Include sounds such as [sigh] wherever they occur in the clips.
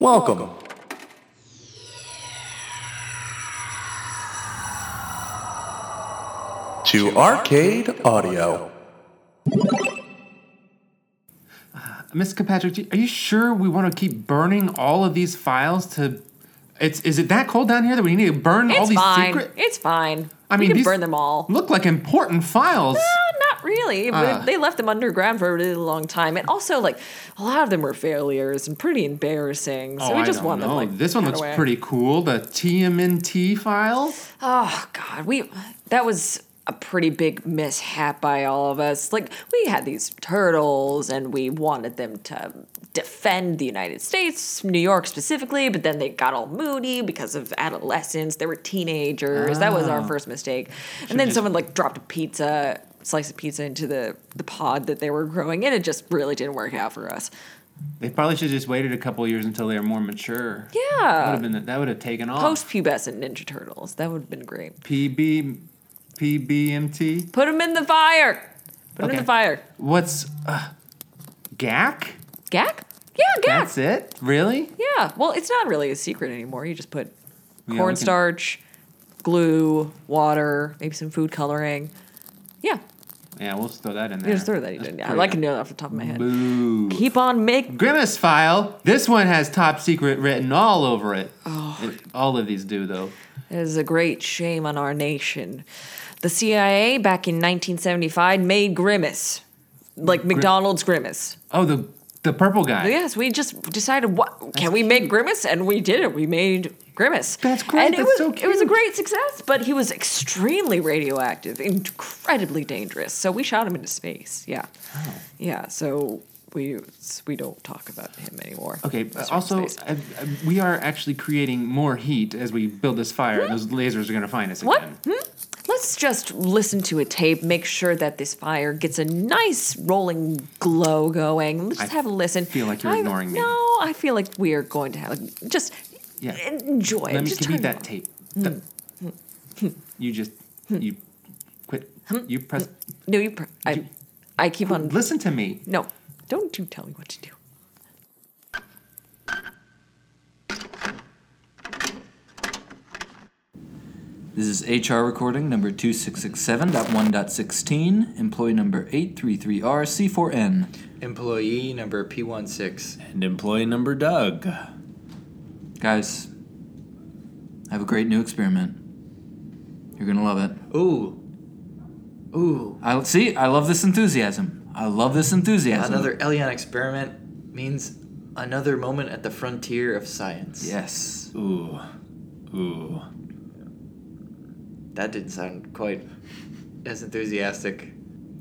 Welcome. To Arcade Audio. Miss Kilpatrick, do- are you sure we want to keep burning all of these files to? It's is it that cold down here that we need to burn all It's these fine. secret? It's fine. I mean, we can these burn them all. Look like important files. Uh, not really. but Ah. they left them underground for a really long time, and also like a lot of them were failures and pretty embarrassing. So oh, we I just don't want know. them like this one out looks away. pretty cool. The TMNT files. Oh God, we that was a pretty big mishap by all of us. Like we had these turtles, and we wanted them to defend the United States, New York specifically, but then they got all moody because of adolescence. They were teenagers. That was our first mistake. and Ah. then just- someone like dropped a pizza, slice of pizza into the the pod that they were growing in. It just really didn't work out for us. They probably should have just waited a couple years until they were more mature. That would Yeah. have been that would have taken off. Post pubescent Ninja Turtles. That would have been great. PB PBMT. Put them in the fire. Put them in Okay. the fire. What's uh, GAC? Gak? Yeah, Gak. That's it? Really? Yeah. Well, it's not really a secret anymore. You just put we cornstarch, glue, water, maybe some food coloring. Yeah. Yeah, we'll just throw that in there. You just throw that That's in. Yeah, pretty- I can know that off the top of my head. Boo. Keep on making. Grimace file. This one has top secret written all over it. Oh. It- all of these do though. It is a great shame on our nation. The CIA back in 1975 made Grimace, like McDonald's Grimace. Oh, the the purple guy. Yes, we just decided what can we make Grimace, and we did it. We made Grimace. That's great. And it That's was so it was a cute. great success, but he was extremely radioactive, incredibly dangerous. So we shot him into space. Yeah, Oh. yeah. So we we don't talk about him anymore. Okay. He's from also, space. uh, uh, we are actually creating more heat as we build this fire. and Those lasers are gonna find us what? again. Hmm? Let's just listen to a tape. Make sure that this fire gets a nice rolling glow going. Let's I just have a listen. feel like you're I- ignoring me. No, I feel like we are going to have just Yeah. enjoy. it. Let me just give me turn it that on. Hmm. tape. The- [laughs] you just you quit. Hmm. You press. No, you. Pr- I, I keep on. Listen to me. No, don't you tell me what to do. This is HR recording number 2667.1.16, employee number 833RC4N. Employee number P16. And employee number Doug. Guys, I have a great new experiment. You're gonna love it. Ooh. Ooh. I see. I love this enthusiasm. I love this enthusiasm. Another Elion experiment means another moment at the frontier of science. Yes. Ooh. Ooh. That didn't sound quite as enthusiastic.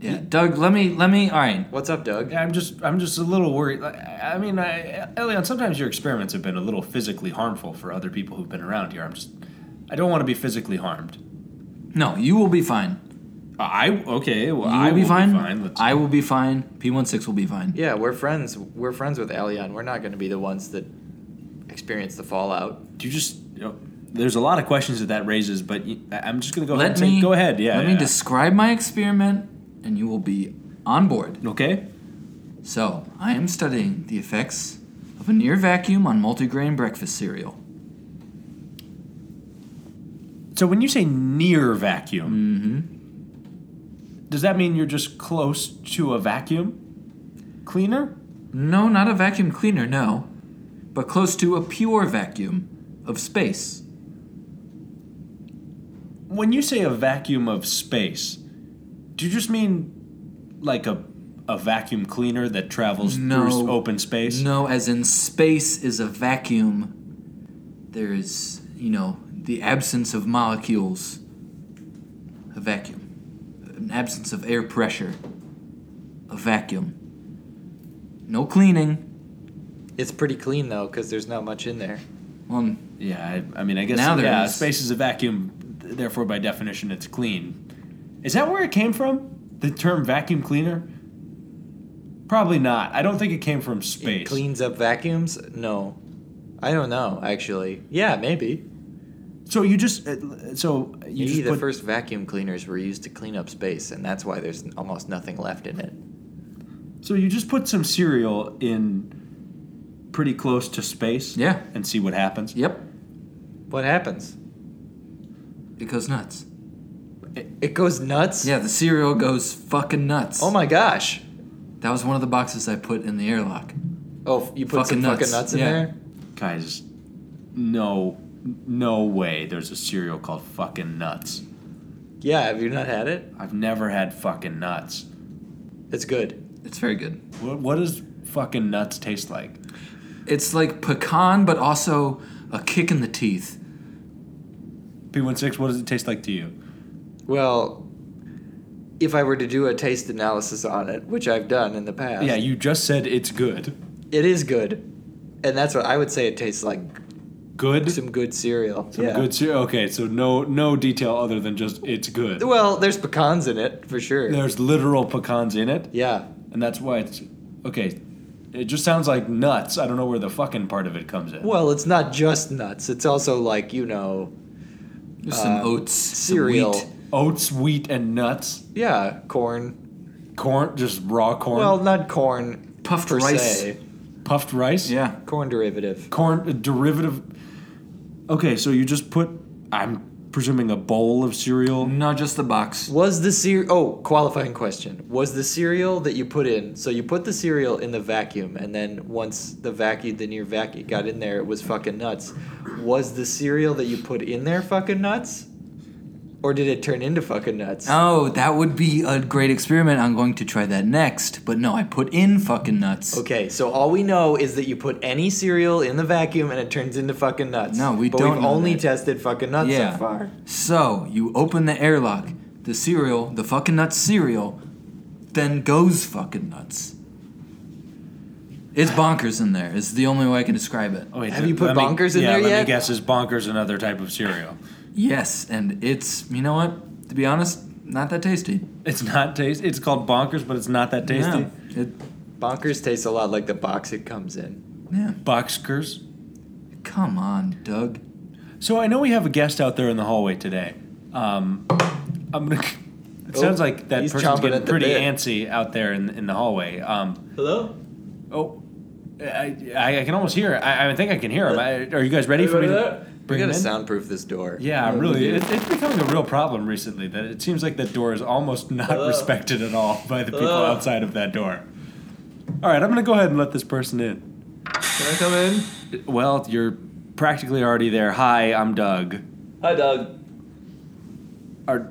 Yeah. Doug, let me. Let me. All right. What's up, Doug? I'm just I'm just a little worried. I I mean, I, Elion, sometimes your experiments have been a little physically harmful for other people who've been around here. I'm just I don't want to be physically harmed. No, you will be fine. I okay. Well, You I will be fine. Let's, I will be fine. P16 will be fine. Yeah, we're friends. We're friends with Elion. We're not going to be the ones that experience the fallout. do you just. You know, there's a lot of questions that that raises, but you, I- I'm just gonna go Let ahead. And me say, go ahead. Yeah. Let yeah. me describe my experiment, and you will be on board. Okay. So, I am studying the effects of a near vacuum on multigrain breakfast cereal. So when you say near vacuum, does that mean you're just close to a vacuum cleaner? No, not a vacuum cleaner, no, but close to a pure vacuum of space. When you say a vacuum of space, do you just mean like a a vacuum cleaner that travels No. through s- open space? No, as in space is a vacuum. There is, you know, the absence of molecules, a vacuum, an absence of air pressure, a vacuum. No cleaning. It's pretty clean, though, because there's not much in there. Well, Yeah, I, I mean, I guess Now there yeah, is. space is a vacuum, th- therefore by definition it's clean. Is that where it came from? The term vacuum cleaner? Probably not. I don't think it came from It space. cleans up vacuums? No. I don't know, actually. Yeah, maybe. So you just uh, so Maybe you just the put, first vacuum cleaners were used to clean up space, and that's why there's almost nothing left in it. so you just put some cereal in pretty close to space. Yeah. And see what happens. Yep. What happens? It goes nuts. It, it goes nuts. Yeah, the cereal goes fucking nuts. Oh my gosh. That was one of the boxes I put in the airlock. Oh, f- you put Fucking some nuts. fucking nuts in Yeah. there. Guys, no, no way. There's a cereal called fucking nuts. Yeah. Have you not had it? I've never had fucking nuts. It's good. It's very good. What, what does fucking nuts taste like? It's like pecan, but also a kick in the teeth. P16, what does it taste like to you? Well, if I were to do a taste analysis on it, which I've done in the past, Yeah, you just said it's good. it is good, and that's what I would say. It tastes like Good. some good cereal. Some yeah. good cereal. Okay, so no no detail other than just it's good. Well, there's pecans in it for sure. There's literal pecans in it, Yeah. and that's why it's okay. It just sounds like nuts. I don't know where the fucking part of it comes in. Well, it's not just nuts. It's also like you know There's some Uh, oats, cereal. some wheat. Oats, wheat, and nuts. Yeah, corn. Corn, just raw corn. Well, not corn. Puffed per rice. se. puffed rice. Yeah. Corn derivative. Corn a derivative. Okay, so you just put. I'm presuming a bowl of Mm. cereal. Not just the box. Was the cereal? Oh, qualifying question. Was the cereal that you put in? So you put the cereal in the vacuum, and then once the vacuum, the near vacuum got in there, it was fucking nuts. Was the cereal that you put in there fucking nuts, or did it turn into fucking nuts? Oh, that would be a great experiment. I'm going to try that next. But no, I put in fucking nuts. Okay, so all we know is that you put any cereal in the vacuum and it turns into fucking nuts. No, we but don't We've know only that. tested fucking nuts Yeah. so far. So you open the airlock, the cereal, the fucking nuts cereal, then goes fucking nuts. It's bonkers in there. It's the only way I can describe it. Oh, wait, Have th- you put let me- bonkers in yeah, there let me yet? guess. Is bonkers another type of cereal? Yes, and it's you know what? To be honest, not that tasty. It's not taste. It's called bonkers, but it's not that tasty. No, it, Bonkers tastes a lot like the box it comes in. yeah. Boxkers. Come on, Doug. So I know we have a guest out there in the hallway today. Um, I'm gonna. It Oh, sounds like that he's person's chomping getting at the pretty bit. antsy out there in in the hallway. Um, Hello? oh, I, I, I can almost hear. it. I, I think I can hear him. I, are you guys ready for me to We bring him gotta in? soundproof this door. Yeah, I'm really. It, it's becoming a real problem recently. That it seems like that door is almost not Uh. respected at all by the people outside of that door. All right, I'm gonna go ahead and let this person in. Can I come in? Well, you're practically already there. Hi, I'm Doug. Hi, Doug. Are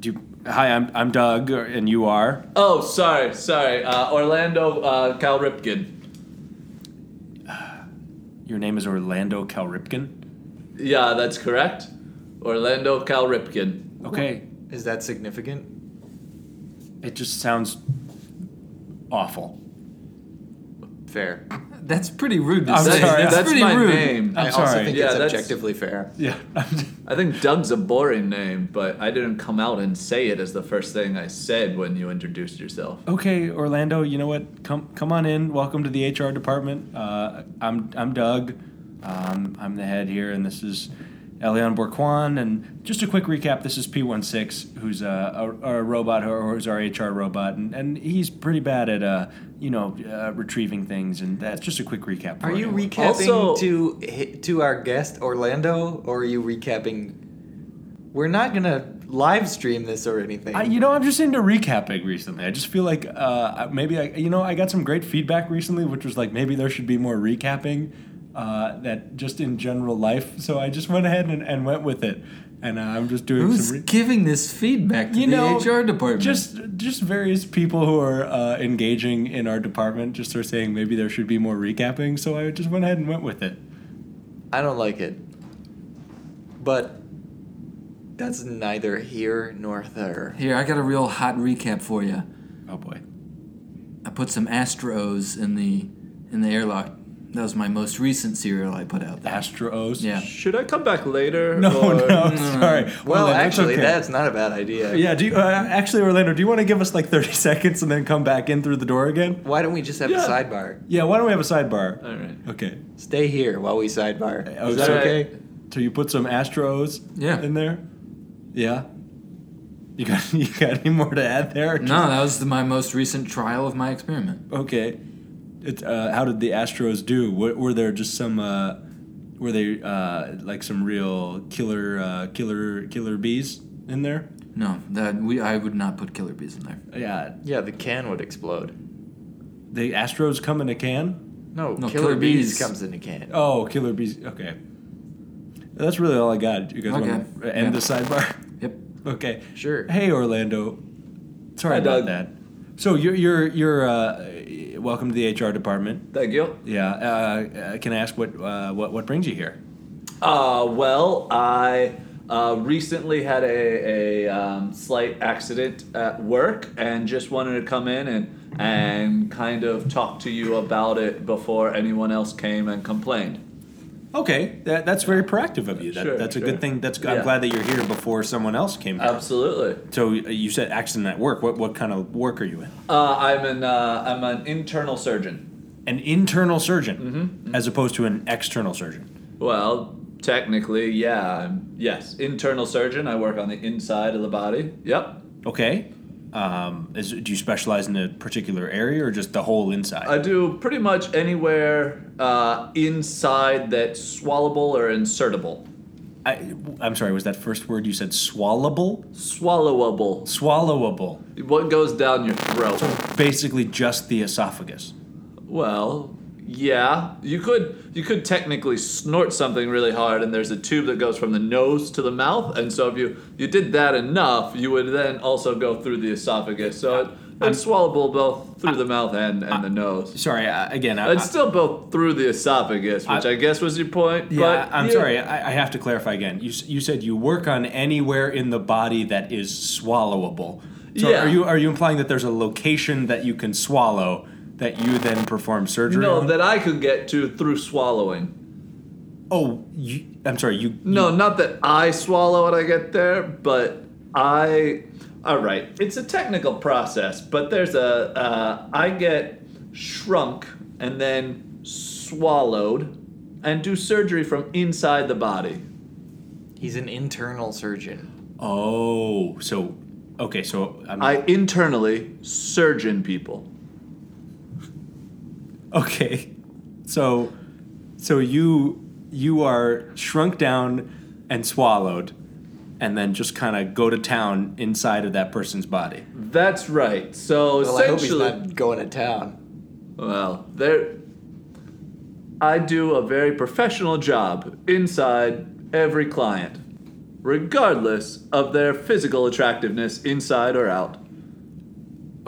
do you, hi, I'm I'm Doug, or- and you are. Oh, sorry, sorry. Uh, Orlando uh, Cal Ripken. Your name is Orlando Calripkin. Yeah, that's correct. Orlando Cal Ripken. Okay, Is that significant? it just sounds awful. Fair. That's pretty rude to I'm say. sorry, That's, that's pretty my rude. name. I'm I also sorry. think Yeah, it's that's- objectively fair. [laughs] yeah, I think Doug's a boring name, but I didn't come out and say it as the first thing I said when you introduced yourself. Okay, Orlando. You know what? Come come on in. Welcome to the HR department. Uh, I'm I'm Doug. Um, I'm the head here, and this is Elian Borquan. And just a quick recap: this is P16, who's a, a, a robot, or who's our HR robot, and, and he's pretty bad at uh, you know uh, retrieving things. And that's just a quick recap. For Are you anyone. recapping Also- to hi- to our guest Orlando, or are you recapping? We're not gonna live stream this or anything. I, you know, I'm just into recapping recently. I just feel like uh, maybe I, you know, I got some great feedback recently, which was like maybe there should be more recapping, uh, that just in general life. So I just went ahead and, and went with it, and uh, I'm just doing Who's some. Re- giving this feedback to you the know, HR department? just just various people who are uh, engaging in our department just are saying maybe there should be more recapping. So I just went ahead and went with it. I don't like it. But that's neither here nor there. here, I got a real hot recap for you. Oh boy. I put some Astros in the in the airlock. That was my most recent cereal I put out there. Astros. Yeah. Should I come back later? No, or- no, sorry. Well, Orlando, it's actually, okay. that's not a bad idea. Yeah, do you, uh, actually, Orlando, do you want to give us like 30 [laughs] seconds and then come back in through the door again? Why don't we just have Yeah. a sidebar? Yeah, why don't we have a sidebar? All right. Okay. Stay here while we sidebar. Oh, Is that so- okay? So you put some Astros Yeah. in there? Yeah. You got [laughs] you got any more to add there? No, that was the, my most recent trial of my experiment. Okay. it, uh, how did the Astros do? Were, were there just some uh, were they uh, like some real killer uh, killer killer bees in there? No, that we I would not put killer bees in there. Yeah, Yeah, the can would explode. the Astros come in a can. No, No, killer, killer bees. bees. comes in a can. Oh, killer bees. Okay, that's really all I got. You guys want to Okay. end Yeah. the sidebar? [laughs] Yep. Okay. Sure. Hey, Orlando. Sorry Hi, about Doug. that. So you're you're you're uh, welcome to the HR department. Thank you. Yeah. Uh, uh, can I ask what uh, what what brings you here? Uh, well, I uh, recently had a, a um, slight accident at work and just wanted to come in and, and kind of talk to you about it before anyone else came and complained. Okay, that, that's very proactive of you. That, Sure, that's a sure. good thing. That's I'm Yeah. glad that you're here before someone else came. Here. Absolutely. So uh, you said accident at work. What what kind of work are you in? Uh, I'm, an, uh, I'm an internal surgeon. An internal surgeon, Mm-hmm. as opposed to an external surgeon. Well, technically, yeah. I'm, yes, internal surgeon. I work on the inside of the body. Yep. Okay. Um, is, do you specialize in a particular area or just the whole inside? I do pretty much anywhere uh, inside that's swallowable or insertable. I, I'm sorry. Was that first word you said swallowable? Swallowable. Swallowable. What goes down your throat? Basically, just the esophagus. Well, yeah. You could you could technically snort something really hard and there's a tube that goes from the nose to the mouth and so if you you did that enough, you would then also go through the esophagus. So it, it's swallowable both through the mouth and, and the nose. Sorry. I, again, I, It's still both through the esophagus, which I- I, guess was your point. Yeah, but I'm sorry. I, I have to clarify again. You s- you said you work on anywhere in the body that is swallowable. So Yeah. Are you are you implying that there's a location that you can swallow that you then perform surgery No, on? that I could get to through swallowing. oh, you, I'm sorry. You No, not that I swallow when I get there, but I. All right, it's a technical process, but there's a. Uh, I get shrunk and then swallowed, and do surgery from inside the body. He's an internal surgeon. Oh, so okay. So I'm I internally surgeon people. okay. So so you you are shrunk down and swallowed, and then just kind of go to town inside of that person's body. That's right. So Well, I hope he's essentially, not going to town. well, there. I do a very professional job inside every client, regardless of their physical attractiveness inside or out.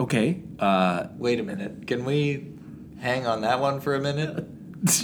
Okay. Uh, [laughs] Wait a minute. Can we hang on that one for a minute?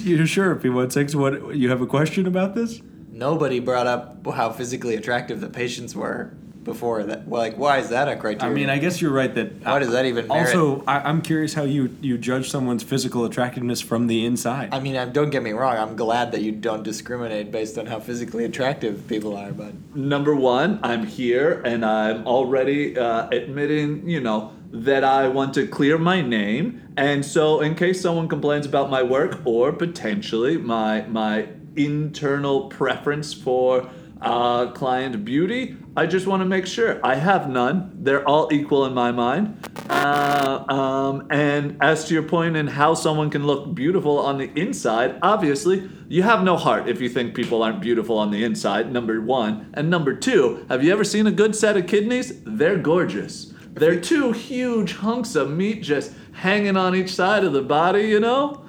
You're sure, P16? What you have a question about this? Nobody brought up how physically attractive the patients were before that. Well, like, why is that a criteria? I mean, I guess you're right that. Why does that even merit? Also, I, I'm curious how you you judge someone's physical attractiveness from the inside. I mean, I- don't get me wrong. I'm glad that you don't discriminate based on how physically attractive people are, but Number one, I'm here and I'm already uh, admitting, you know, that I want to clear my name. And so, in case someone complains about my work or potentially my my internal preference for uh, client beauty, I just want to make sure I have none. They're all equal in my mind. Uh, um, and as to your point in how someone can look beautiful on the inside, obviously, you have no heart if you think people aren't beautiful on the inside, number one. And number two, have you ever seen a good set of kidneys? They're gorgeous. They're two huge hunks of meat just hanging on each side of the body, you know?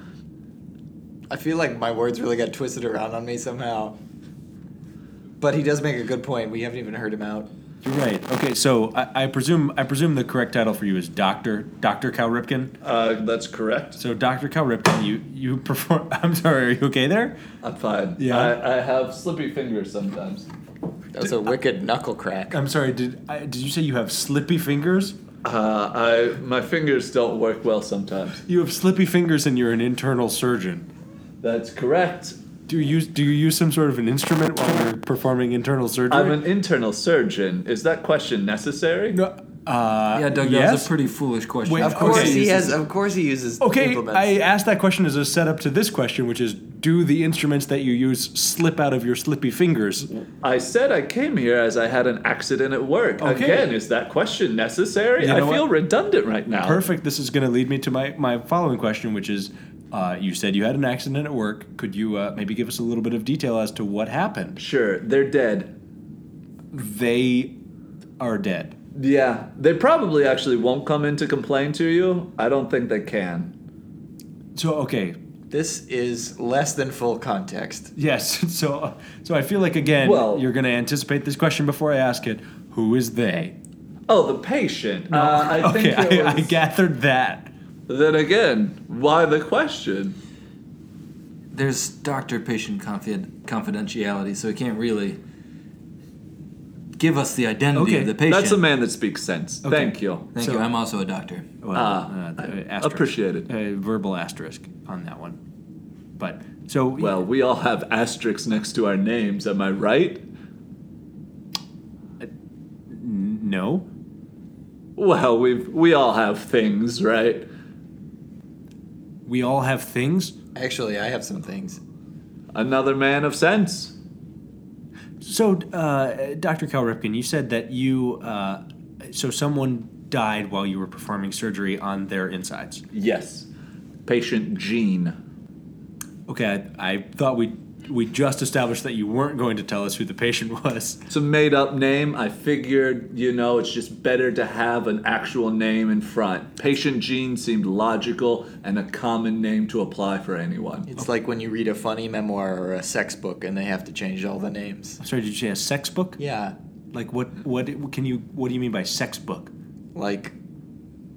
I feel like my words really got twisted around on me somehow. But he does make a good point. We haven't even heard him out. you're right. Okay, so I, I presume I presume the correct title for you is Doctor Doctor Cal Ripken. Uh, that's correct. So Doctor Cal Ripken, you you perform. [laughs] I'm sorry. Are you okay there? I'm fine. Yeah. I, I have slippy fingers sometimes. That was a wicked knuckle crack. I'm sorry. Did I, did you say you have slippy fingers? Uh, I my fingers don't work well sometimes. You have slippy fingers, and you're an internal surgeon. That's correct. Do you do you use some sort of an instrument while you're performing internal surgery? I'm an internal surgeon. Is that question necessary? No, Uh, Yeah, Doug, that was yes? a pretty foolish question. Wait, Of course Okay. he has. Of course he uses. Okay, implements. I asked that question as a setup to this question, which is do the instruments that you use slip out of your slippy fingers? I said I came here as I had an accident at work. Okay. Again, is that question necessary? You I know feel what? redundant right now. Perfect. This is going to lead me to my, my following question, which is uh, you said you had an accident at work. Could you uh, maybe give us a little bit of detail as to what happened? Sure, they're dead. They are dead. Yeah, they probably actually won't come in to complain to you. I don't think they can. So, okay. This is less than full context. Yes. [laughs] So, so I feel like, again, Well- you're going to anticipate this question before I ask it. Who is they? Oh, the patient. Uh, I [laughs] okay, think it I, I was- gathered that. Then again, why the question? There's doctor-patient confid- confidentiality, so he can't really give us the identity Okay, of the patient. That's a man that speaks sense. Thank you. Thank So- you. I'm also a doctor. Well, Ah, uh, asterisk. appreciate it. A verbal asterisk on that one. But so Well, we all have asterisks next to our names, am I right? no. Well, we've we all have things, right? We all have things. Actually, I have some things. Another man of sense. So, uh, Dr. Cal Ripkin, you said that you uh, so someone died while you were performing surgery on their insides. Yes. Patient Gene. Okay, I, I thought we we just established that you weren't going to tell us who the patient [laughs] was. It's a made up name. I figured, you know, it's just better to have an actual name in front. Patient Gene seemed logical and a common name to apply for anyone. It's like when you read a funny memoir or a sex book and they have to change all the names. Sorry, did you say a sex book? Yeah, Like what? What can you? What do you mean by sex book? like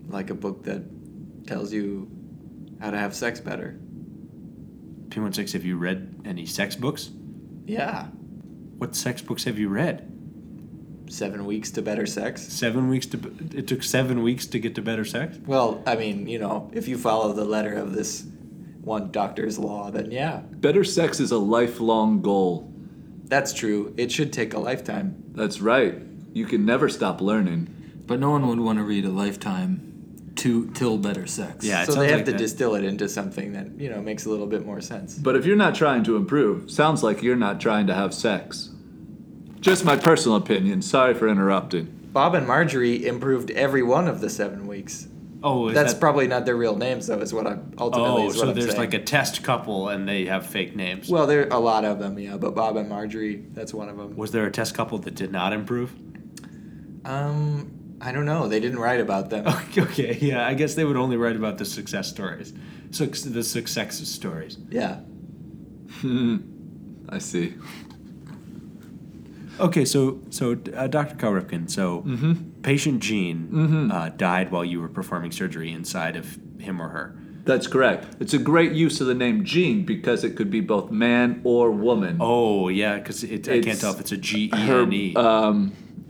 like a book that tells you how to have sex better. P16, have you read any sex books? Yeah, What sex books have you read? seven weeks to better sex. Seven weeks to. It took seven weeks to get to better sex. Well, I mean, you know, if you follow the letter of this one doctor's law, then yeah, Better sex is a lifelong goal. that's true. It should take a lifetime. That's right. You can never stop learning. But no one would want to read a lifetime to till better sex. Yeah. it so they sounds have like to that. distill it into something that you know makes a little bit more sense. But if you're not trying to improve, sounds like you're not trying to have sex. Just my personal opinion. Sorry for interrupting. Bob and Marjorie improved every one of the seven weeks. Oh, is That's that- probably not their real names, though. Is what I'm ultimately. Oh, is what so I'm there's saying. like a test couple, and they have fake names. Well, there are a lot of them, yeah. But Bob and Marjorie, that's one of them. was there a test couple that did not improve? Um, I don't know. They didn't write about them. [laughs] [laughs] Okay, yeah, I guess they would only write about the success stories, Suc- the success stories. yeah. I see. Okay, so so uh, Dr. Cal Ripkin, so Mm-hmm. patient Gene uh, died while you were performing surgery inside of him or her. That's correct. It's a great use of the name Gene because it could be both man or woman. Oh yeah, because I can't It's um, tell if it's a G E N E.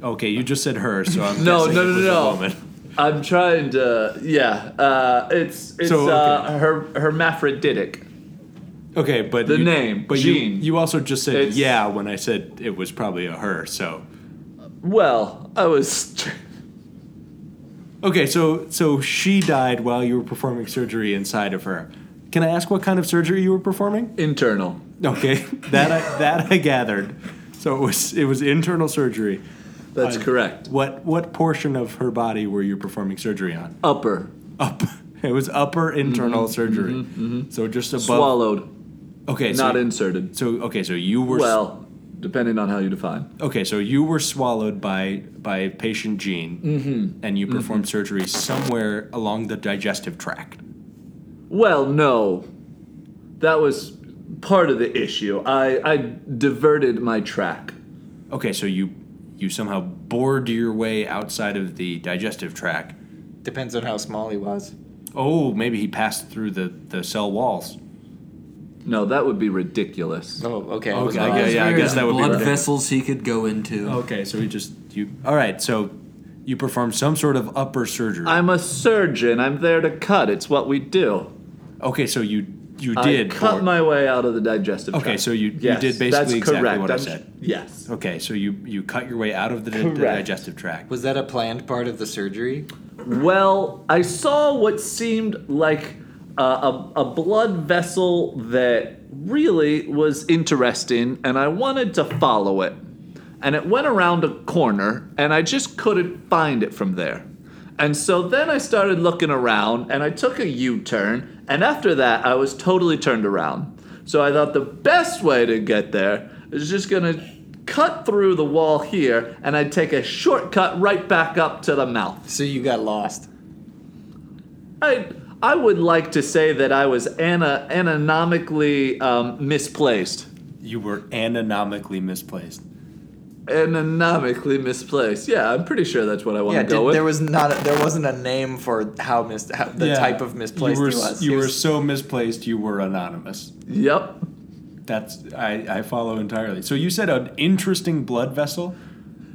Okay, you just said her, so I'm [laughs] No, guessing no, it no, was a no. woman. I'm trying to. Yeah, uh, it's it's So, okay. uh, her, hermaphroditic. Okay, but The you- name, but you, Jean. you also just said It's- yeah when I said it was probably a her. So Well, I was. okay, so so she died while you were performing surgery inside of her. Can I ask what kind of surgery you were performing? Internal. Okay, [laughs] that I, that I gathered. So it was it was internal surgery. That's Uh, correct. What what portion of her body were you performing surgery on? Upper. Up. [laughs] It was upper internal Mm-hmm, surgery. So just above. Swallowed. Okay, not so, inserted. So okay, so you were s- Well, depending on how you define. Okay, so you were swallowed by by patient Gene, Mm-hmm, and you performed surgery somewhere along the digestive tract. Well, no. That was part of the issue. I, I diverted my track. Okay, so you you somehow bored your way outside of the digestive tract. Depends on how small he was. Oh, maybe he passed through the, the cell walls. No, that would be ridiculous. Oh, okay. Okay, I was yeah, wrong. yeah, I guess that would be blood ridiculous. vessels he could go into. Okay, so he just you. All right, so you performed some sort of upper surgery. I'm a surgeon. I'm there to cut. It's what we do. okay, so you you I did cut board- my way out of the digestive. Okay, tract. so you- you Yes, did basically that's exactly correct. what I I'm- said. Yes. Okay, so you you cut your way out of the, di- the Correct. digestive tract. Was that a planned part of the surgery? Well, I saw what seemed like a, a, a blood vessel that really was interesting, and I wanted to follow it. And it went around a corner, and I just couldn't find it from there. And so then I started looking around, and I took a U turn, and after that, I was totally turned around. So I thought the best way to get there is just gonna cut through the wall here, and I'd take a shortcut right back up to the mouth. So you got lost. I I would like to say that I was ana- anonymically um, misplaced. You were anomically misplaced. Anonymically misplaced. Yeah, I'm pretty sure that's what I want Yeah, to go did, with. there was not a, there wasn't a name for how mis how, the Yeah. type of misplaced you were, he was. You He were was- so misplaced. You were anonymous. yep. That's I, I follow entirely. So you said an interesting blood vessel.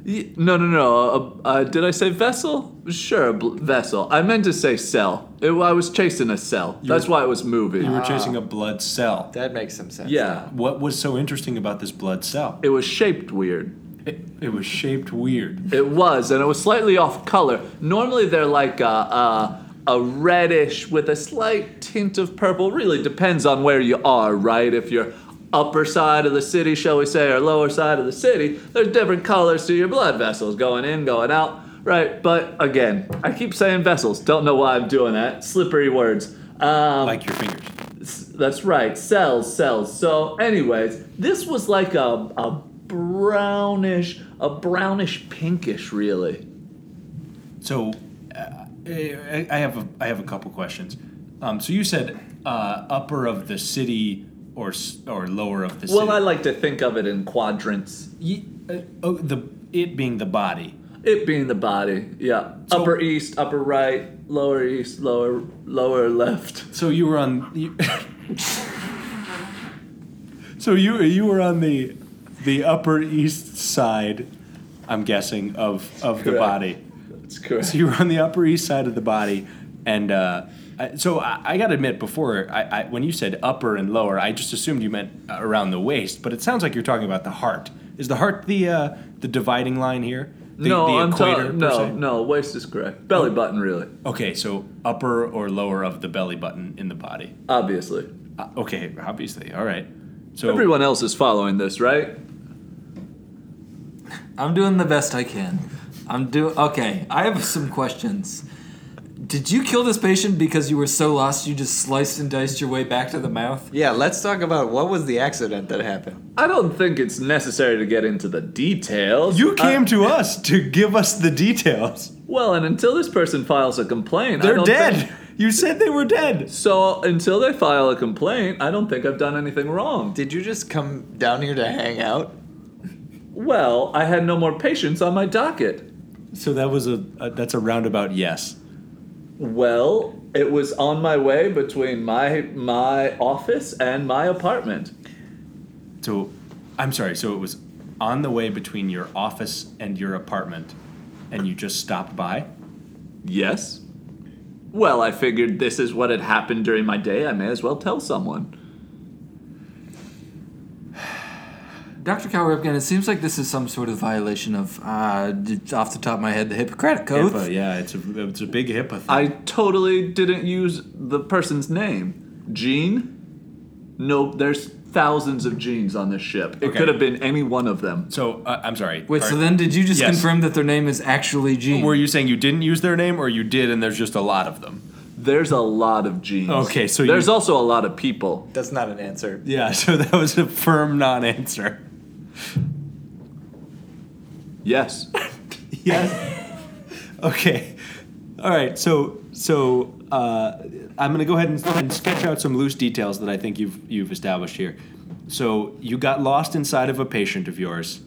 Y- No, no, no. Uh, uh, did I say vessel? Sure, bl- vessel. I meant to say cell. It, I was chasing a cell. that's why it was moving. You were Ah. chasing a blood cell. that makes some sense. yeah. What was so interesting about this blood cell? It was shaped weird. It, it was shaped weird. It was, and it was slightly off color. Normally they're like a, a, a reddish with a slight tint of purple. Really depends on where you are, right? If you're upper side of the city, shall we say, or lower side of the city, there's different colors to your blood vessels going in, going out, right? But again, I keep saying vessels. Don't know why I'm doing that. Slippery words. Um, Like your fingers. that's right. Cells, cells. So, anyways, this was like a, a brownish, a brownish pinkish, really. So, uh, I I have a, I have a couple questions. Um, so you said uh, upper of the city or s- or lower of the city. Well, I like to think of it in quadrants. Ye- uh, oh, the it being the body. It being the body, yeah. So- upper east, upper right, lower east, lower lower left. So you were on. You, [laughs] so you you were on the the upper east side, I'm guessing of of the Correct. body. That's correct. [laughs] So you were on the upper east side of the body, and uh, I, so I, I got to admit, before I, I when you said upper and lower, I just assumed you meant uh, around the waist, but it sounds like you're talking about the heart. Is the heart the uh, the dividing line here? The, no, the I'm per talking. No, se? Oh. no, waist is correct. Belly button, really, Okay, so upper or lower of the belly button in the body. obviously. Uh, okay, obviously. All right. So Everyone else is following this, right? I'm doing the best I can. I'm do okay. I have some questions. Did you kill this patient because you were so lost you just sliced and diced your way back to the mouth? Yeah, let's talk about what was the accident that happened. I don't think it's necessary to get into the details. you came I- to us to give us the details. well, and until this person files a complaint, I They're don't dead. think- you said they were dead. so until they file a complaint, I don't think I've done anything wrong. Did you just come down here to hang out? Well, I had no more patients on my docket. So that was a, a that's a roundabout yes. Well, it was on my way between my my office and my apartment. So I'm sorry. So it was on the way between your office and your apartment and you just stopped by? Yes. Well, I figured this is what had happened during my day. I may as well tell someone. Dr. Kalripkin, it seems like this is some sort of violation of, uh, d- off the top of my head, the Hippocratic Oath. HIPAA, yeah, it's a it's a big HIPAA thing. I totally didn't use the person's name. Gene? Nope, there's thousands of genes on this ship. It Okay. could have been any one of them. so uh, I'm sorry. Wait, Are- so then did you just Yes. confirm that their name is actually Gene? were you saying you didn't use their name or you did and there's just a lot of them? There's a lot of genes. Okay, so you- There's also a lot of people. That's not an answer. Yeah, [laughs] so that was a firm non-answer. Yes. Oh Yes. [laughs] okay. All right. So so uh, I'm going to go ahead and, and sketch out some loose details that I think you've you've established here. So you got lost inside of a patient of yours,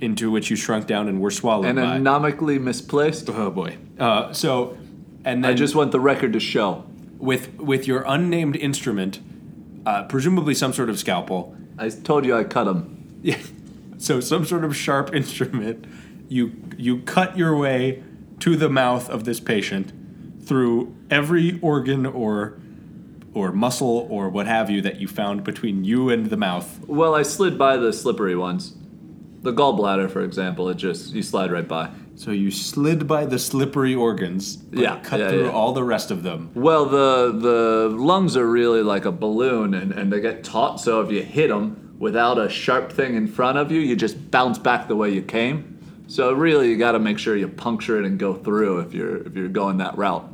into which you shrunk down and were swallowed and by. anomically misplaced. oh boy. Uh, so, and then I just want the record to show. with with your unnamed instrument, uh, presumably some sort of scalpel. I told you I cut him. Yeah. So some sort of sharp [laughs] instrument. You you cut your way to the mouth of this patient through every organ or or muscle or what have you that you found between you and the mouth? Well, I slid by the slippery ones. The gallbladder, for example, it just you slide right by. So you slid by the slippery organs, but Yeah, cut yeah, through yeah. all the rest of them. Well, the the lungs are really like a balloon, and, and they get taut. So if you hit them without a sharp thing in front of you, you just bounce back the way you came. So really, you got to make sure you puncture it and go through if you're if you're going that route.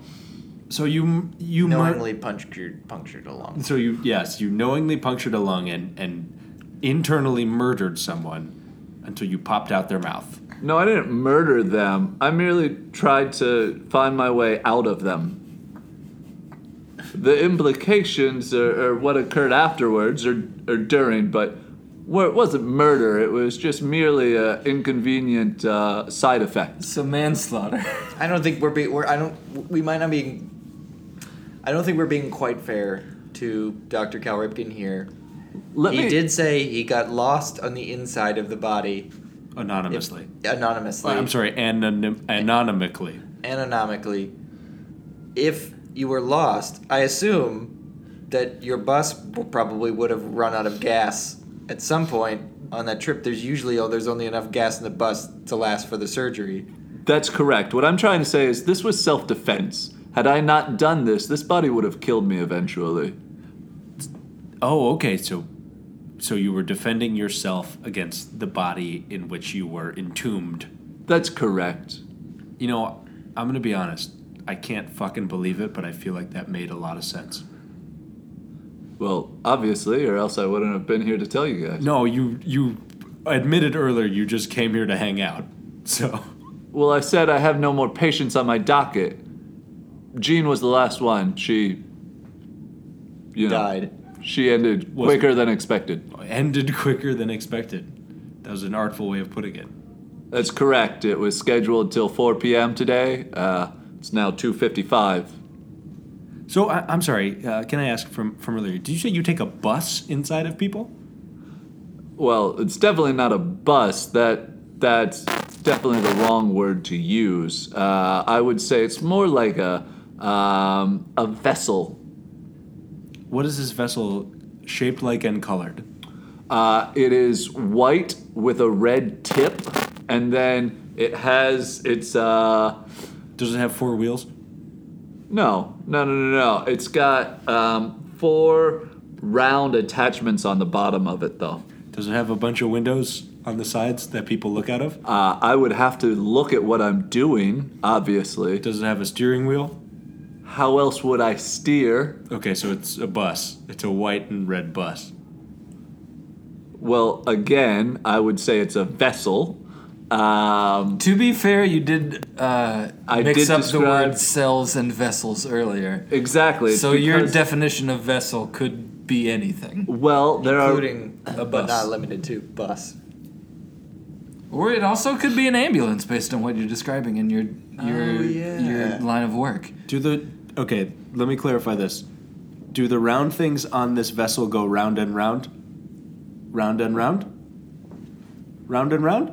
So you you might Knowingly punctured punctured along. So you yes, you knowingly punctured a lung and, and internally murdered someone until you popped out their mouth. No, I didn't murder them. I merely tried to find my way out of them. The implications are, are what occurred afterwards or, or during, but well, it wasn't murder. It was just merely an inconvenient uh, side effect. It's a manslaughter. I don't think we're being. We're, I don't. We might not be. I don't think we're being quite fair to Dr. Cal Ripken here. [laughs] Let he me, did say he got lost on the inside of the body Anonymously. anonymously, Uh, I'm sorry, anonym, anonymically. anonymically. If you were lost, I assume that your bus w- probably would have run out of gas at some point on that trip. There's usually oh, there's only enough gas in the bus to last for the surgery. That's correct. What I'm trying to say is this was self defense. Had I not done this, this body would have killed me eventually. Oh, okay. So, so you were defending yourself against the body in which you were entombed. That's correct. You know, I'm gonna be honest. I can't fucking believe it, but I feel like that made a lot of sense. Well, obviously, or else I wouldn't have been here to tell you guys. No, you you admitted earlier you just came here to hang out. So, [laughs] Well, I said I have no more patients on my docket. Jean was the last one. She. You know, Died. She ended Was- quicker than expected. ended quicker than expected. That was an artful way of putting it. That's correct. It was scheduled till 4 p.m. today. Uh, it's now 2:55. So I, I'm sorry. Uh, can I ask from from earlier? Did you say you take a bus inside of people? Well, it's definitely not a bus. That that's definitely the wrong word to use. Uh, I would say it's more like a um, a vessel. What is this vessel shaped like and colored? Uh, it is white with a red tip, and then it has its uh, Does it have four wheels? no, no, no, no, no. It's got um, four round attachments on the bottom of it, though. Does it have a bunch of windows on the sides that people look out of? Uh, I would have to look at what I'm doing, obviously. Does it have a steering wheel? How else would I steer? Okay, so it's a bus. It's a white and red bus. Well, again, I would say it's a vessel. Um, to be fair, you did uh, I mix did up the describe- word cells and vessels earlier. exactly. it's So your because- definition of vessel could be anything, well, there are including a but bus. not limited to bus. or it also could be an ambulance based on what you're describing in your your yeah. your line of work. Do the okay? Let me clarify this. Do the round things on this vessel go round and round? Round and round? Round and round?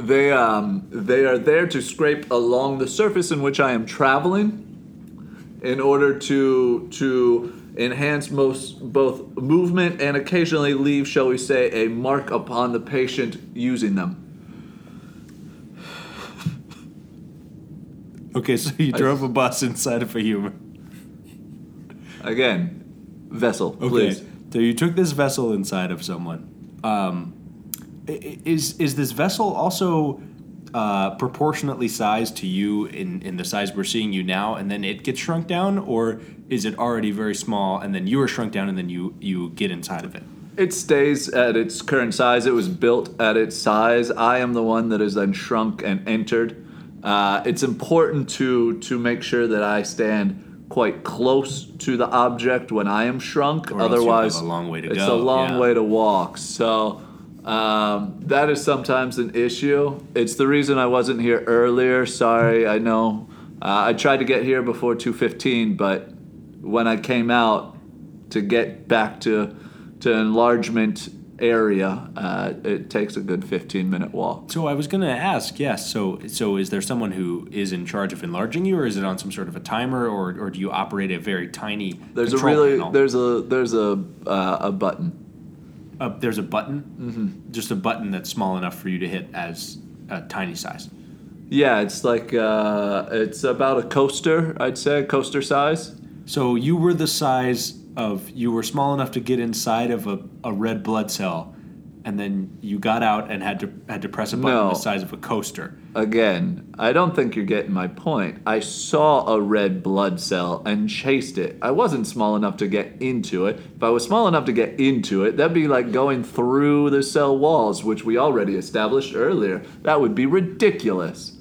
They um they are there to scrape along the surface in which I am traveling in order to to enhance most both movement and occasionally leave, shall we say, a mark upon the patient using them. Okay, [laughs] so you drove a bus inside of a human. Again, vessel, Okay. please. So you took this vessel inside of someone. Um, i- i- is is this vessel also uh, proportionately sized to you in, in the size we're seeing you now, and then it gets shrunk down, or is it already very small, and then you are shrunk down, and then you you get inside of it? It stays at its current size. It was built at its size. I am the one that is then shrunk and entered. Uh, it's important to to make sure that I stand quite close to the object when I am shrunk. Or else you have Otherwise, a long way to it's go, a long yeah. way to walk. So um, that is sometimes an issue. It's the reason I wasn't here earlier. Sorry, I know. Uh, I tried to get here before 2:15, but when I came out to get back to to enlargement area, uh, it takes a good 15 minute walk. So I was going to ask, yes. So so is there someone who is in charge of enlarging you, or is it on some sort of a timer, or or do you operate a very tiny? There's a control really panel? there's a there's a uh, a button. Uh, there's a button, mm-hmm. just a button that's small enough for you to hit as a tiny size. Yeah, it's like uh, it's about a coaster, I'd say, coaster size. So you were the size of you were small enough to get inside of a, a red blood cell, and then you got out and had to had to press a button No. the size of a coaster. Again, I don't think you're getting my point. I saw a red blood cell and chased it. I wasn't small enough to get into it. If I was small enough to get into it, that'd be like going through the cell walls, which we already established earlier. That would be ridiculous.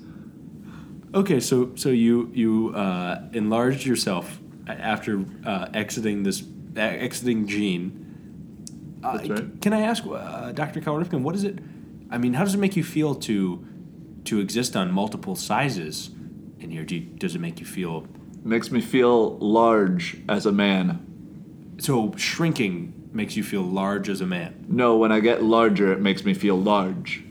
Okay, so so you you uh, enlarged yourself a- after uh, exiting this uh, exiting gene. Uh, That's right. c- Can I ask, uh, Doctor Kalrifkin, what is it? I mean, how does it make you feel to to exist on multiple sizes in here? Do you, does it make you feel Makes me feel large as a man. so shrinking makes you feel large as a man? No, when I get larger, it makes me feel large.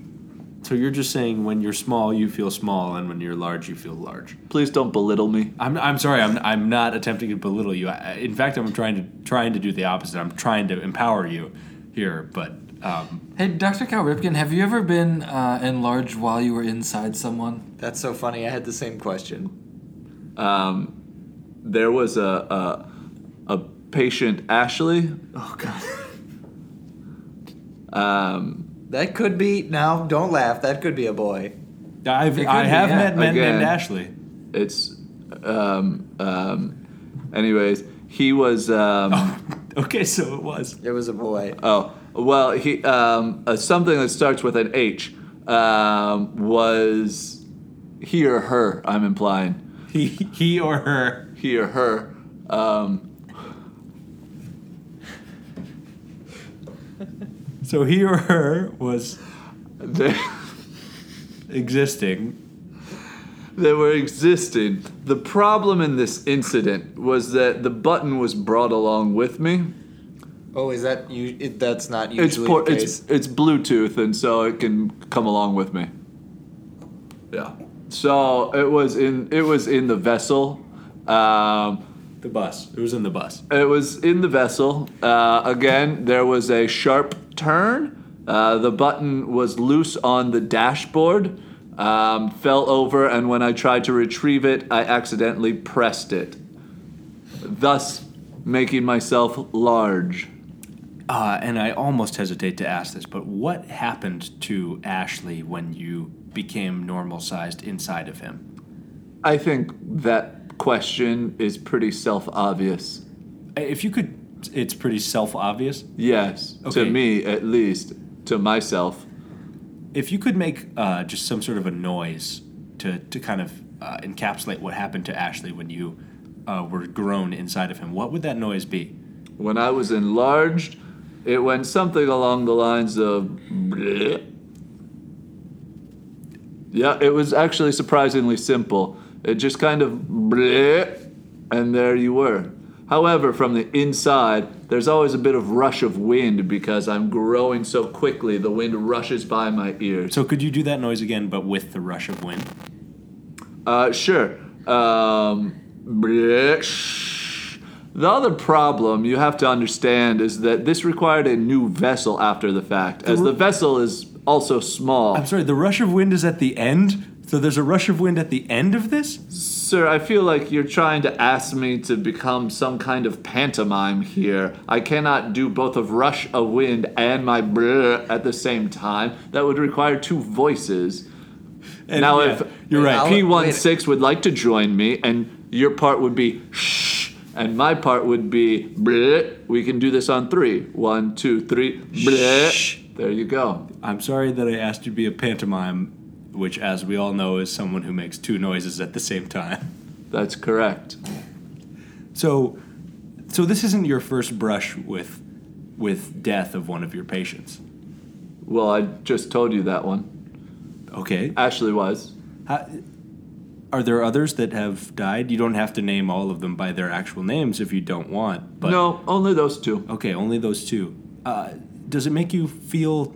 So you're just saying when you're small you feel small, and when you're large you feel large. Please don't belittle me. I'm, I'm sorry. I'm, I'm not attempting to belittle you. I, in fact, I'm trying to trying to do the opposite. I'm trying to empower you here, but um, Hey, Dr. Cal Ripkin, have you ever been uh, enlarged while you were inside someone? That's so funny. I had the same question. um, there was a, a a patient Ashley. Oh God. [laughs] um, That could be now. Don't laugh. That could be a boy. I've It could I be, have yeah. met men Again. named Ashley. [laughs] it's um, um, anyways, he [laughs] was um, Okay, so it was. It was a boy. oh well he um, uh, something that starts with an H um, was he or her I'm implying He, he or her. he or her. Um, [laughs] So he or her was they- existing. that were existing. The problem in this incident was that the button was brought along with me. Oh, is that you? It, that's not usually It's por- the case. it's it's Bluetooth, and so it can come along with me. Yeah. So it was in it was in the vessel. Um, The bus. It was in the bus. it was in the vessel. Uh, again, there was a sharp turn. Uh, the button was loose on the dashboard, um, fell over, and when I tried to retrieve it, I accidentally pressed it, thus making myself large. Uh, and I almost hesitate to ask this, but what happened to Ashley when you became normal sized inside of him? I think that question is pretty self obvious. If you could, it's pretty self obvious. Yes, Okay. to me at least, to myself. If you could make uh, just some sort of a noise to, to kind of uh, encapsulate what happened to Ashley when you uh, were grown inside of him, what would that noise be? When I was enlarged, it went something along the lines of. bleh. Yeah, it was actually surprisingly simple. It just kind of. bleh, and there you were. However, from the inside, there's always a bit of rush of wind because I'm growing so quickly, the wind rushes by my ears. So could you do that noise again, but with the rush of wind? Uh, sure. Um, bleh, shh. the other problem you have to understand is that this required a new vessel after the fact, as the vessel is also small. I'm sorry, the rush of wind is at the end? So there's a rush of wind at the end of this? Sir, I feel like you're trying to ask me to become some kind of pantomime here. I cannot do both of rush of wind and my bleh at the same time. That would require two voices. And now, yeah, if you're right. I'll- P16 would like to join me, and your part would be shh, and my part would be bleh, we can do this on three. One, two, three, bleh. Shh. There you go. I'm sorry that I asked you to be a pantomime, which, as we all know, is someone who makes two noises at the same time. That's correct. So, so this isn't your first brush with, with death of one of your patients. Well, I just told you that one. Okay. Ashley was. How, are there others that have died? You don't have to name all of them by their actual names if you don't want. But no, only those two. Okay, only those two. Uh, does it make you feel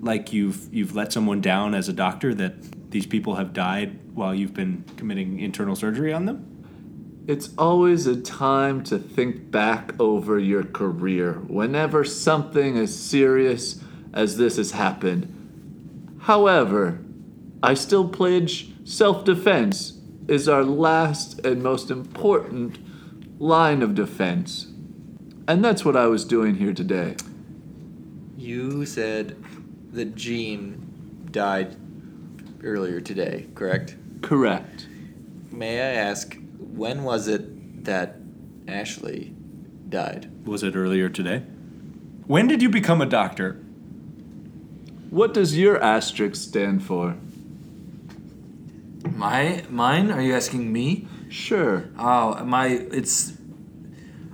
like you've you've let someone down as a doctor that these people have died while you've been committing internal surgery on them? It's always a time to think back over your career whenever something as serious as this has happened. However, I still pledge self defense is our last and most important line of defense. And that's what I was doing here today. You said that Jean died earlier today, correct? Correct. May I ask, when was it that Ashley died? Was it earlier today? When did you become a doctor? What does your asterisk stand for? My mine? Are you asking me? Sure. Oh, my it's.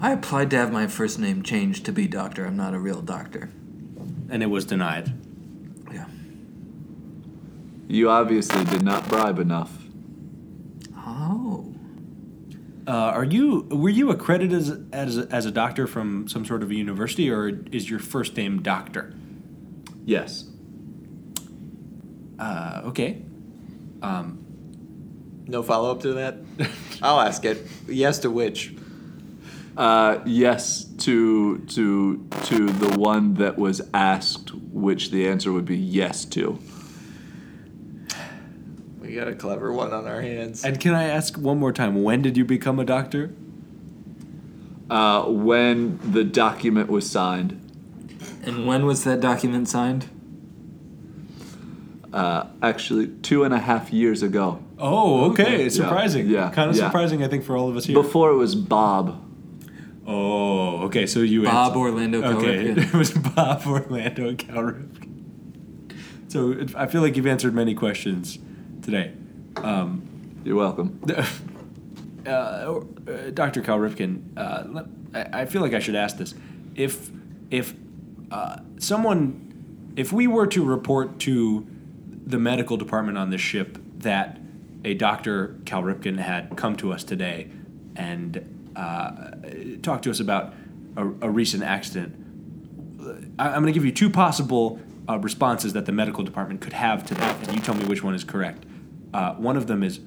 I applied to have my first name changed to be doctor. I'm not a real doctor. And it was denied. Yeah. You obviously did not bribe enough. Oh. Uh, are you were you accredited as as a, as a doctor from some sort of a university, or is your first name Doctor? Yes. Uh, okay. No follow up to that? [laughs] I'll ask it. Yes to which? Uh, yes to to to the one that was asked, which the answer would be yes to. We got a clever one on our hands. And can I ask one more time? When did you become a doctor? Uh, when the document was signed, And when was that document signed? uh, actually two and a half years ago, Oh, okay. Yeah, surprising. yeah, Kind of yeah. surprising, I think, for all of us here. before it was Bob. oh, okay. So you Bob answered- Orlando [laughs] Okay, [laughs] Calrissian. it was Bob Orlando Calripkin. So it- I feel like you've answered many questions today. You're welcome. uh, uh, Dr. Cal Ripken, uh, let- I, I feel like I should ask this. If if uh, someone, if we were to report to the medical department on this ship that a Dr. Cal Ripken had come to us today and uh, talked to us about a, a recent accident, I, I'm going to give you two possible uh, responses that the medical department could have to that, and you tell me which one is correct. Uh, one of them is,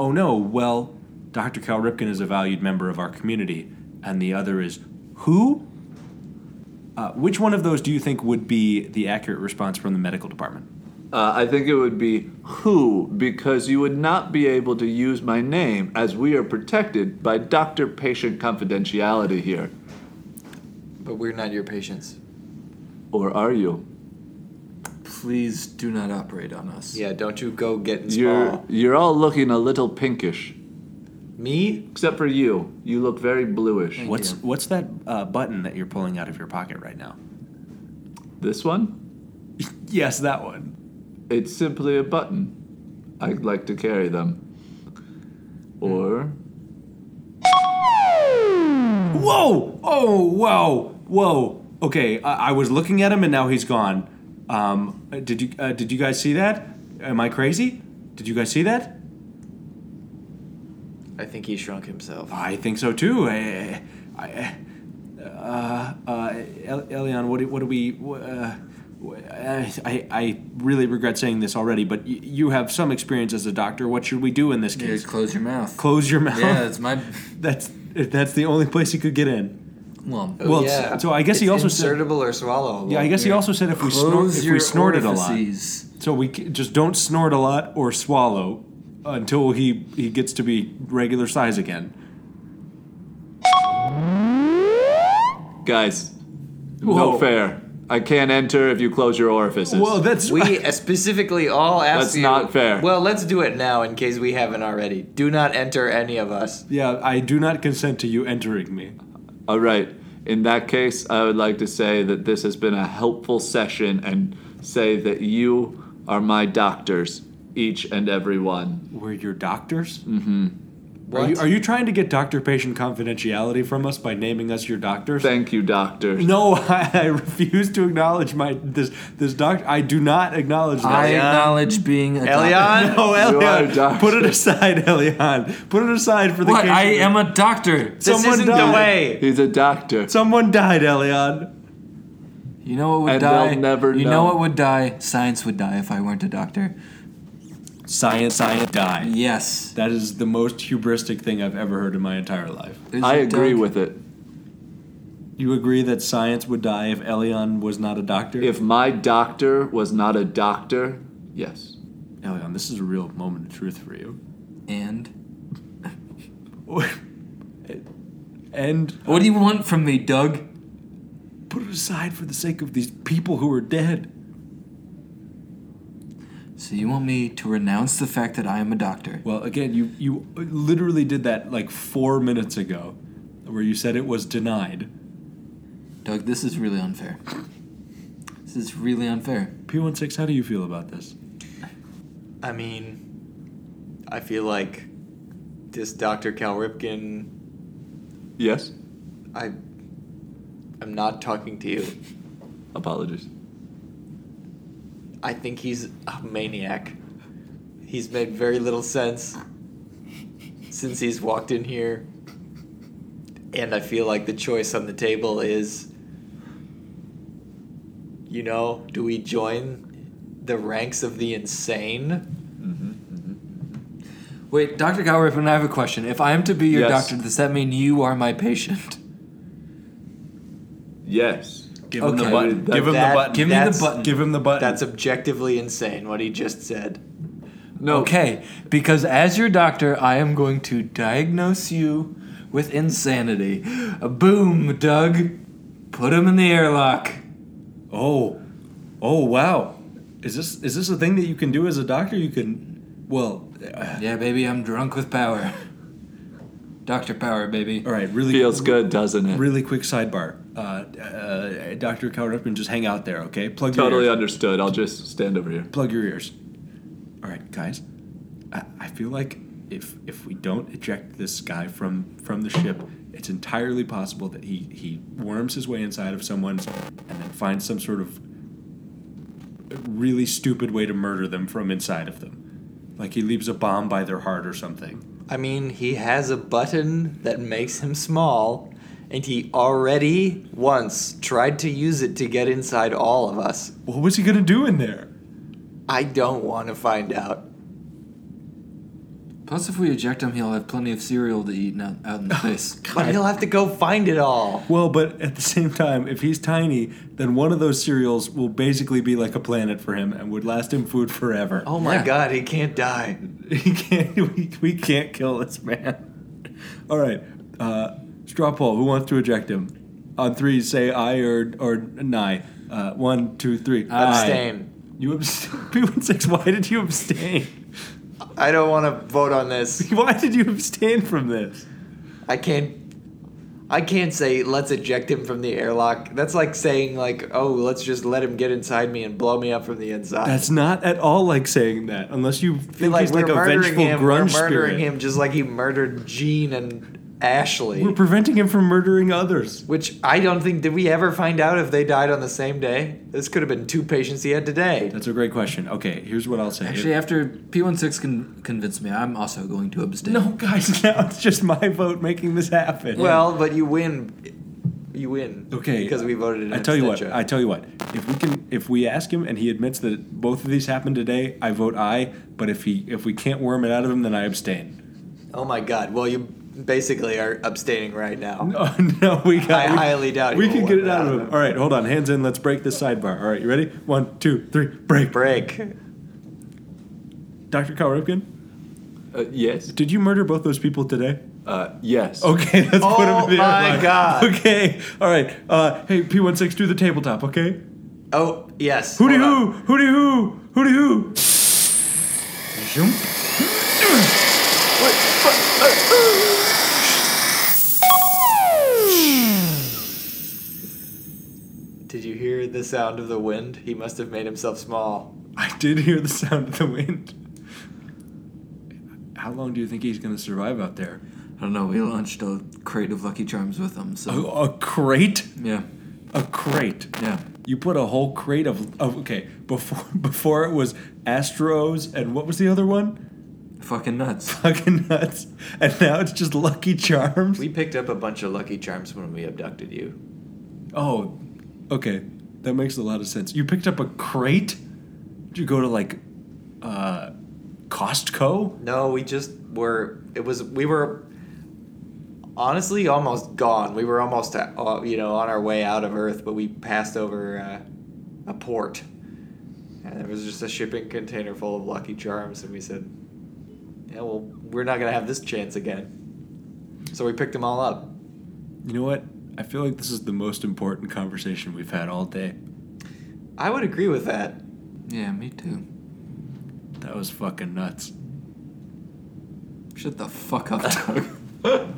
oh no, well, Dr. Cal Ripken is a valued member of our community, and the other is, who? Uh, which one of those do you think would be the accurate response from the medical department? Uh, I think it would be who, because you would not be able to use my name as we are protected by doctor patient confidentiality here. But we're not your patients. Or are you? Please do not operate on us. Yeah, don't you go getting You're small. you're all looking a little pinkish, Me? except for you. You look very bluish. Thank What's you. what's that uh, button that you're pulling out of your pocket right now? This one? Yes, that one. It's simply a button. I'd like to carry them. Or Whoa! Oh, wow! Whoa! Okay, I, I was looking at him and now he's gone. Um, did you uh, did you guys see that? Am I crazy? Did you guys see that? I think he shrunk himself. I think so too. I, I, uh, uh, El- Elion, what do, what do we? wh- Uh, wh- I, I- I really regret saying this already, but y- you have some experience as a doctor. What should we do in this Yeah, case? close your mouth. Close your mouth. Yeah, it's my. [laughs] that's that's the only place he could get in. Well, Oh, well, so I guess he It's also said- insertable or swallowable. Yeah, I guess he Yeah. also said if we snort, close if your we snorted a orifices. lot, so we c- just don't snort a lot or swallow until he he gets to be regular size again. guys, Whoa. no fair. I can't enter if you close your orifices. Well, that's We specifically all asked That's you- not fair. Well, let's do it now in case we haven't already. Do not enter any of us. yeah. I do not consent to you entering me. all right. In that case, I would like to say that this has been a helpful session and say that you are my doctors, each and every one. We're your doctors? Are What? you, are you trying to get doctor patient confidentiality from us by naming us your doctors? Thank you, doctors. [laughs] no, I, I refuse to acknowledge my this this doctor. I do not acknowledge that. I acknowledge being a doctor. [laughs] Elian? [laughs] no, are a Elion, doctor. put it aside, Elion. Put it aside for the What? case. I am a doctor. This Someone isn't died. the way. He's a doctor. Someone died, Elion. You know what would And die? they'll never you know. know. what would die? Science would die if I weren't a doctor. Science, science, die. Yes. That is the most hubristic thing I've ever heard in my entire life. Is I it, agree Doug? with it. You agree that science would die if Elion was not a doctor? If my doctor was not a doctor, yes. Elion, this is a real moment of truth for you. [laughs] And And what do you want from me, Doug? put it aside for the sake of these people who are dead. So you want me to renounce the fact that I am a doctor? Well, again, you you literally did that like four minutes ago, where you said it was denied. Doug, this is really unfair. This is really unfair. P16, how do you feel about this? I mean, I feel like this Dr. Cal Ripken, Yes? I, I'm not talking to you. Apologies. I think he's a maniac. He's made very little sense since he's walked in here. And I feel like the choice on the table is you know, do we join the ranks of the insane? Wait, Dr. Galriffin, I have a question. If I am to be your Yes. doctor, does that mean you are my patient? Yes. Give him the Okay. button. Give him That- the button. Give me the that's- button. Give him the button. That's objectively insane what he just said. No. Okay, because as your doctor, I am going to diagnose you with insanity. Boom, Doug. Put him in the airlock. Oh, oh wow! Is this is this a thing that you can do as a doctor? You can, well, uh, Yeah, baby, I'm drunk with power. Doctor Power, baby. all right. Really Feels good, doesn't it? Really quick sidebar. Uh, uh, Doctor Cal Ripken, just hang out there, okay? Plug your Totally ears. understood. I'll just stand over here. plug your ears. All right, guys. I, I feel like if if we don't eject this guy from from the ship, it's entirely possible that he he worms his way inside of someone's and then finds some sort of really stupid way to murder them from inside of them. Like he leaves a bomb by their heart or something. I mean, he has a button that makes him small, and he already once tried to use it to get inside all of us. What was he gonna do in there? I don't want to find out. Plus, if we eject him, he'll have plenty of cereal to eat out, out in space. But he'll have to go find it all. Well, but at the same time, if he's tiny, then one of those cereals will basically be like a planet for him and would last him food forever. Oh my Yeah. god, he can't die. [laughs] He can't. We, we can't kill this man. All right, uh, straw poll. Who wants to eject him? On three, say aye or or nay. Uh, one, two, three. Abstain. Aye. You abstain. [laughs] P one six. Why did you abstain? [laughs] I don't want to vote on this. Why did you abstain from this? I can't. I can't say let's eject him from the airlock. That's like saying like, oh, let's just let him get inside me and blow me up from the inside. That's not at all like saying that, unless you I feel think like he's we're like a murdering vengeful him. grunge we're murdering spirit. him just like he murdered Gene and Ashley. We're preventing him from murdering others. Which I don't think did we ever find out if they died on the same day? This could have been two patients he had today. That's a great question. Okay, here's what I'll say. Actually, after P16 con- convinced me, I'm also going to abstain. no, guys, [laughs] now it's just my vote making this happen. Well, but you win. You win. Okay. Because we voted in I tell you what. abstention. I tell you what. If we can, if we ask him and he admits that both of these happened today, I vote aye. But if he, if we can't worm it out of him, then I abstain. [laughs] oh my god. Well, you basically are abstaining right now. Oh no, we got. I we- highly doubt we he'll can worm get it out of him. All right, hold on. Hands in. Let's break this sidebar. All right, you ready? One, two, three. Break. Break. Doctor Cal Ripken, Uh, yes. did you murder both those people today? Uh, yes. Okay, [laughs] let's put him Oh in the my airlock. God. Okay, all right. Uh, hey, P16, do the tabletop, okay? Oh yes. Hooty hold on. hoo, hooty hoo, hooty hoo. Zoom. Did you hear the sound of the wind? He must have made himself small. I did hear the sound of the wind. How long do you think he's going to survive out there? I don't know. We launched a crate of Lucky Charms with him, A, so a crate? yeah, A crate. yeah. You put a whole crate of, of okay, before [laughs] before it was Astros and what was the other one? Fucking nuts. Fucking nuts. And now it's just Lucky Charms. We picked up a bunch of Lucky Charms when we abducted you. Oh, okay. That makes a lot of sense. You picked up a crate? Did you go to like uh, Costco? No, we just were. It was we were honestly almost gone. We were almost uh, you know on our way out of Earth, but we passed over uh, a port, and there was just a shipping container full of Lucky Charms, and we said, "Yeah, well, we're not gonna have this chance again." So we picked them all up. You know what? I feel like this is the most important conversation we've had all day. I would agree with that. Yeah, me too. That was fucking nuts. Shut the fuck up, Doug.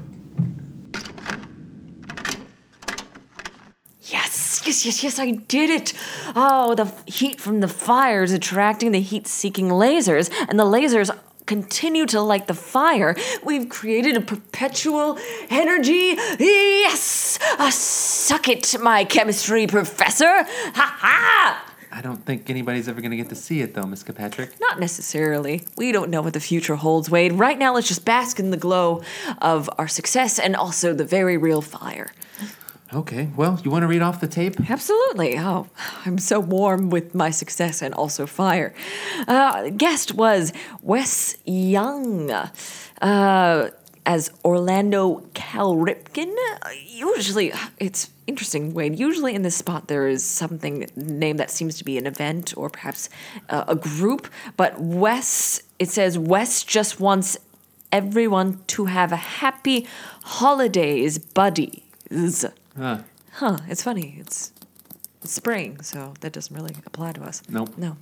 Yes, yes, yes, yes, I did it. Oh, the f- heat from the fire is attracting the heat seeking lasers, and the lasers continue to light the fire. We've created a perpetual energy. Yes! Ah, suck it, my chemistry professor. Ha ha! I don't think anybody's ever going to get to see it, though, Miss Kilpatrick. Not necessarily. We don't know what the future holds, Wade. Right now, let's just bask in the glow of our success and also the very real fire. Okay, well, you want to read off the tape? Absolutely. Oh, I'm so warm with my success and also fire. Uh, guest was Wes Young uh, as Orlando Cal Ripken. Usually, it's interesting, Wade. Usually in this spot, there is something named that seems to be an event or perhaps uh, a group. But Wes, it says Wes just wants everyone to have a happy holidays, buddies. Huh. Huh, it's funny. It's, it's spring, so that doesn't really apply to us. Nope. No.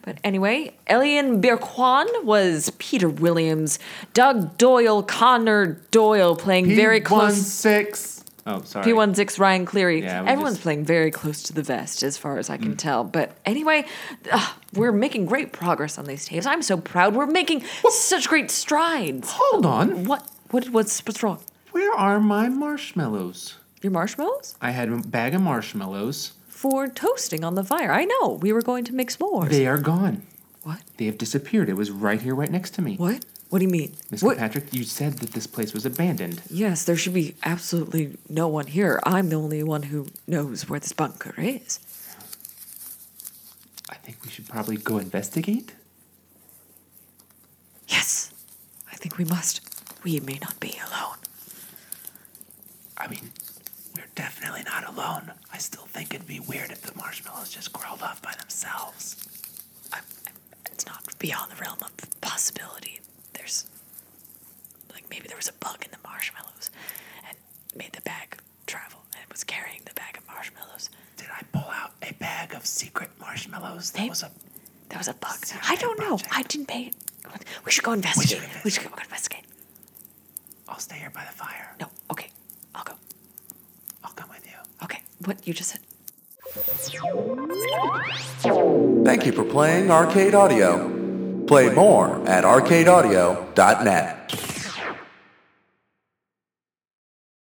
But anyway, Elian Birquan was Peter Williams, Doug Doyle, Connor Doyle playing very close. P16. Oh, sorry. P16 Ryan Cleary. Yeah, we Everyone's just- Mm. playing very close to the vest, as far as I can tell. But anyway, uh, we're making great progress on these tapes. I'm so proud. We're making such great strides. Hold on. What? What? What's what's wrong? Where are my marshmallows? Your marshmallows I had a bag of marshmallows. for toasting on the fire. I know we were going to make s'mores. They are gone. What? They have disappeared. It was right here, right next to me. What? What do you mean? Miss What- Kilpatrick, you said that this place was abandoned. Yes, there should be absolutely no one here. I'm the only one who knows where this bunker is. I think we should probably go investigate. Yes, I think we must. We may not be alone. I mean, we're definitely not alone. I still think it'd be weird if the marshmallows just crawled off by themselves. I'm, I'm, it's not beyond the realm of possibility. There's, like, maybe there was a bug in the marshmallows and made the bag travel and it was carrying the bag of marshmallows. Did I pull out a bag of secret marshmallows? That They- was a There was a bug. I don't know. I didn't pay it. We should go investigate. We should go investigate. I'll stay here by the fire. No, okay. I'll go. I'll come with you. Okay, what you just said. Thank you for playing Arcade Audio. Play more at arcadeaudio.net.